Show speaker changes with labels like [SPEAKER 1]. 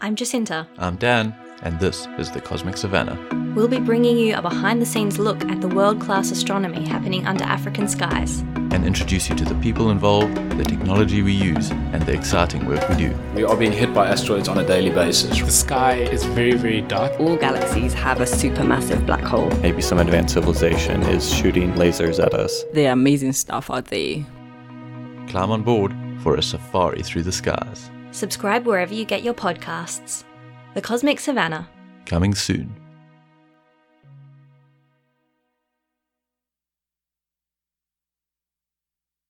[SPEAKER 1] I'm Jacinta.
[SPEAKER 2] I'm Dan, and this is the Cosmic Savannah.
[SPEAKER 1] We'll be bringing you a behind the scenes look at the world class astronomy happening under African skies.
[SPEAKER 2] and introduce you to the people involved, the technology we use, and the exciting work we do.
[SPEAKER 3] We are being hit by asteroids on a daily basis.
[SPEAKER 4] The sky is very, very dark.
[SPEAKER 5] all galaxies have a supermassive black hole.
[SPEAKER 6] maybe some advanced civilization is shooting lasers at us.
[SPEAKER 7] There are amazing stuff out there.
[SPEAKER 2] Climb on board for a safari through the skies.
[SPEAKER 1] Subscribe wherever you get your podcasts. The Cosmic Savannah.
[SPEAKER 2] Coming soon.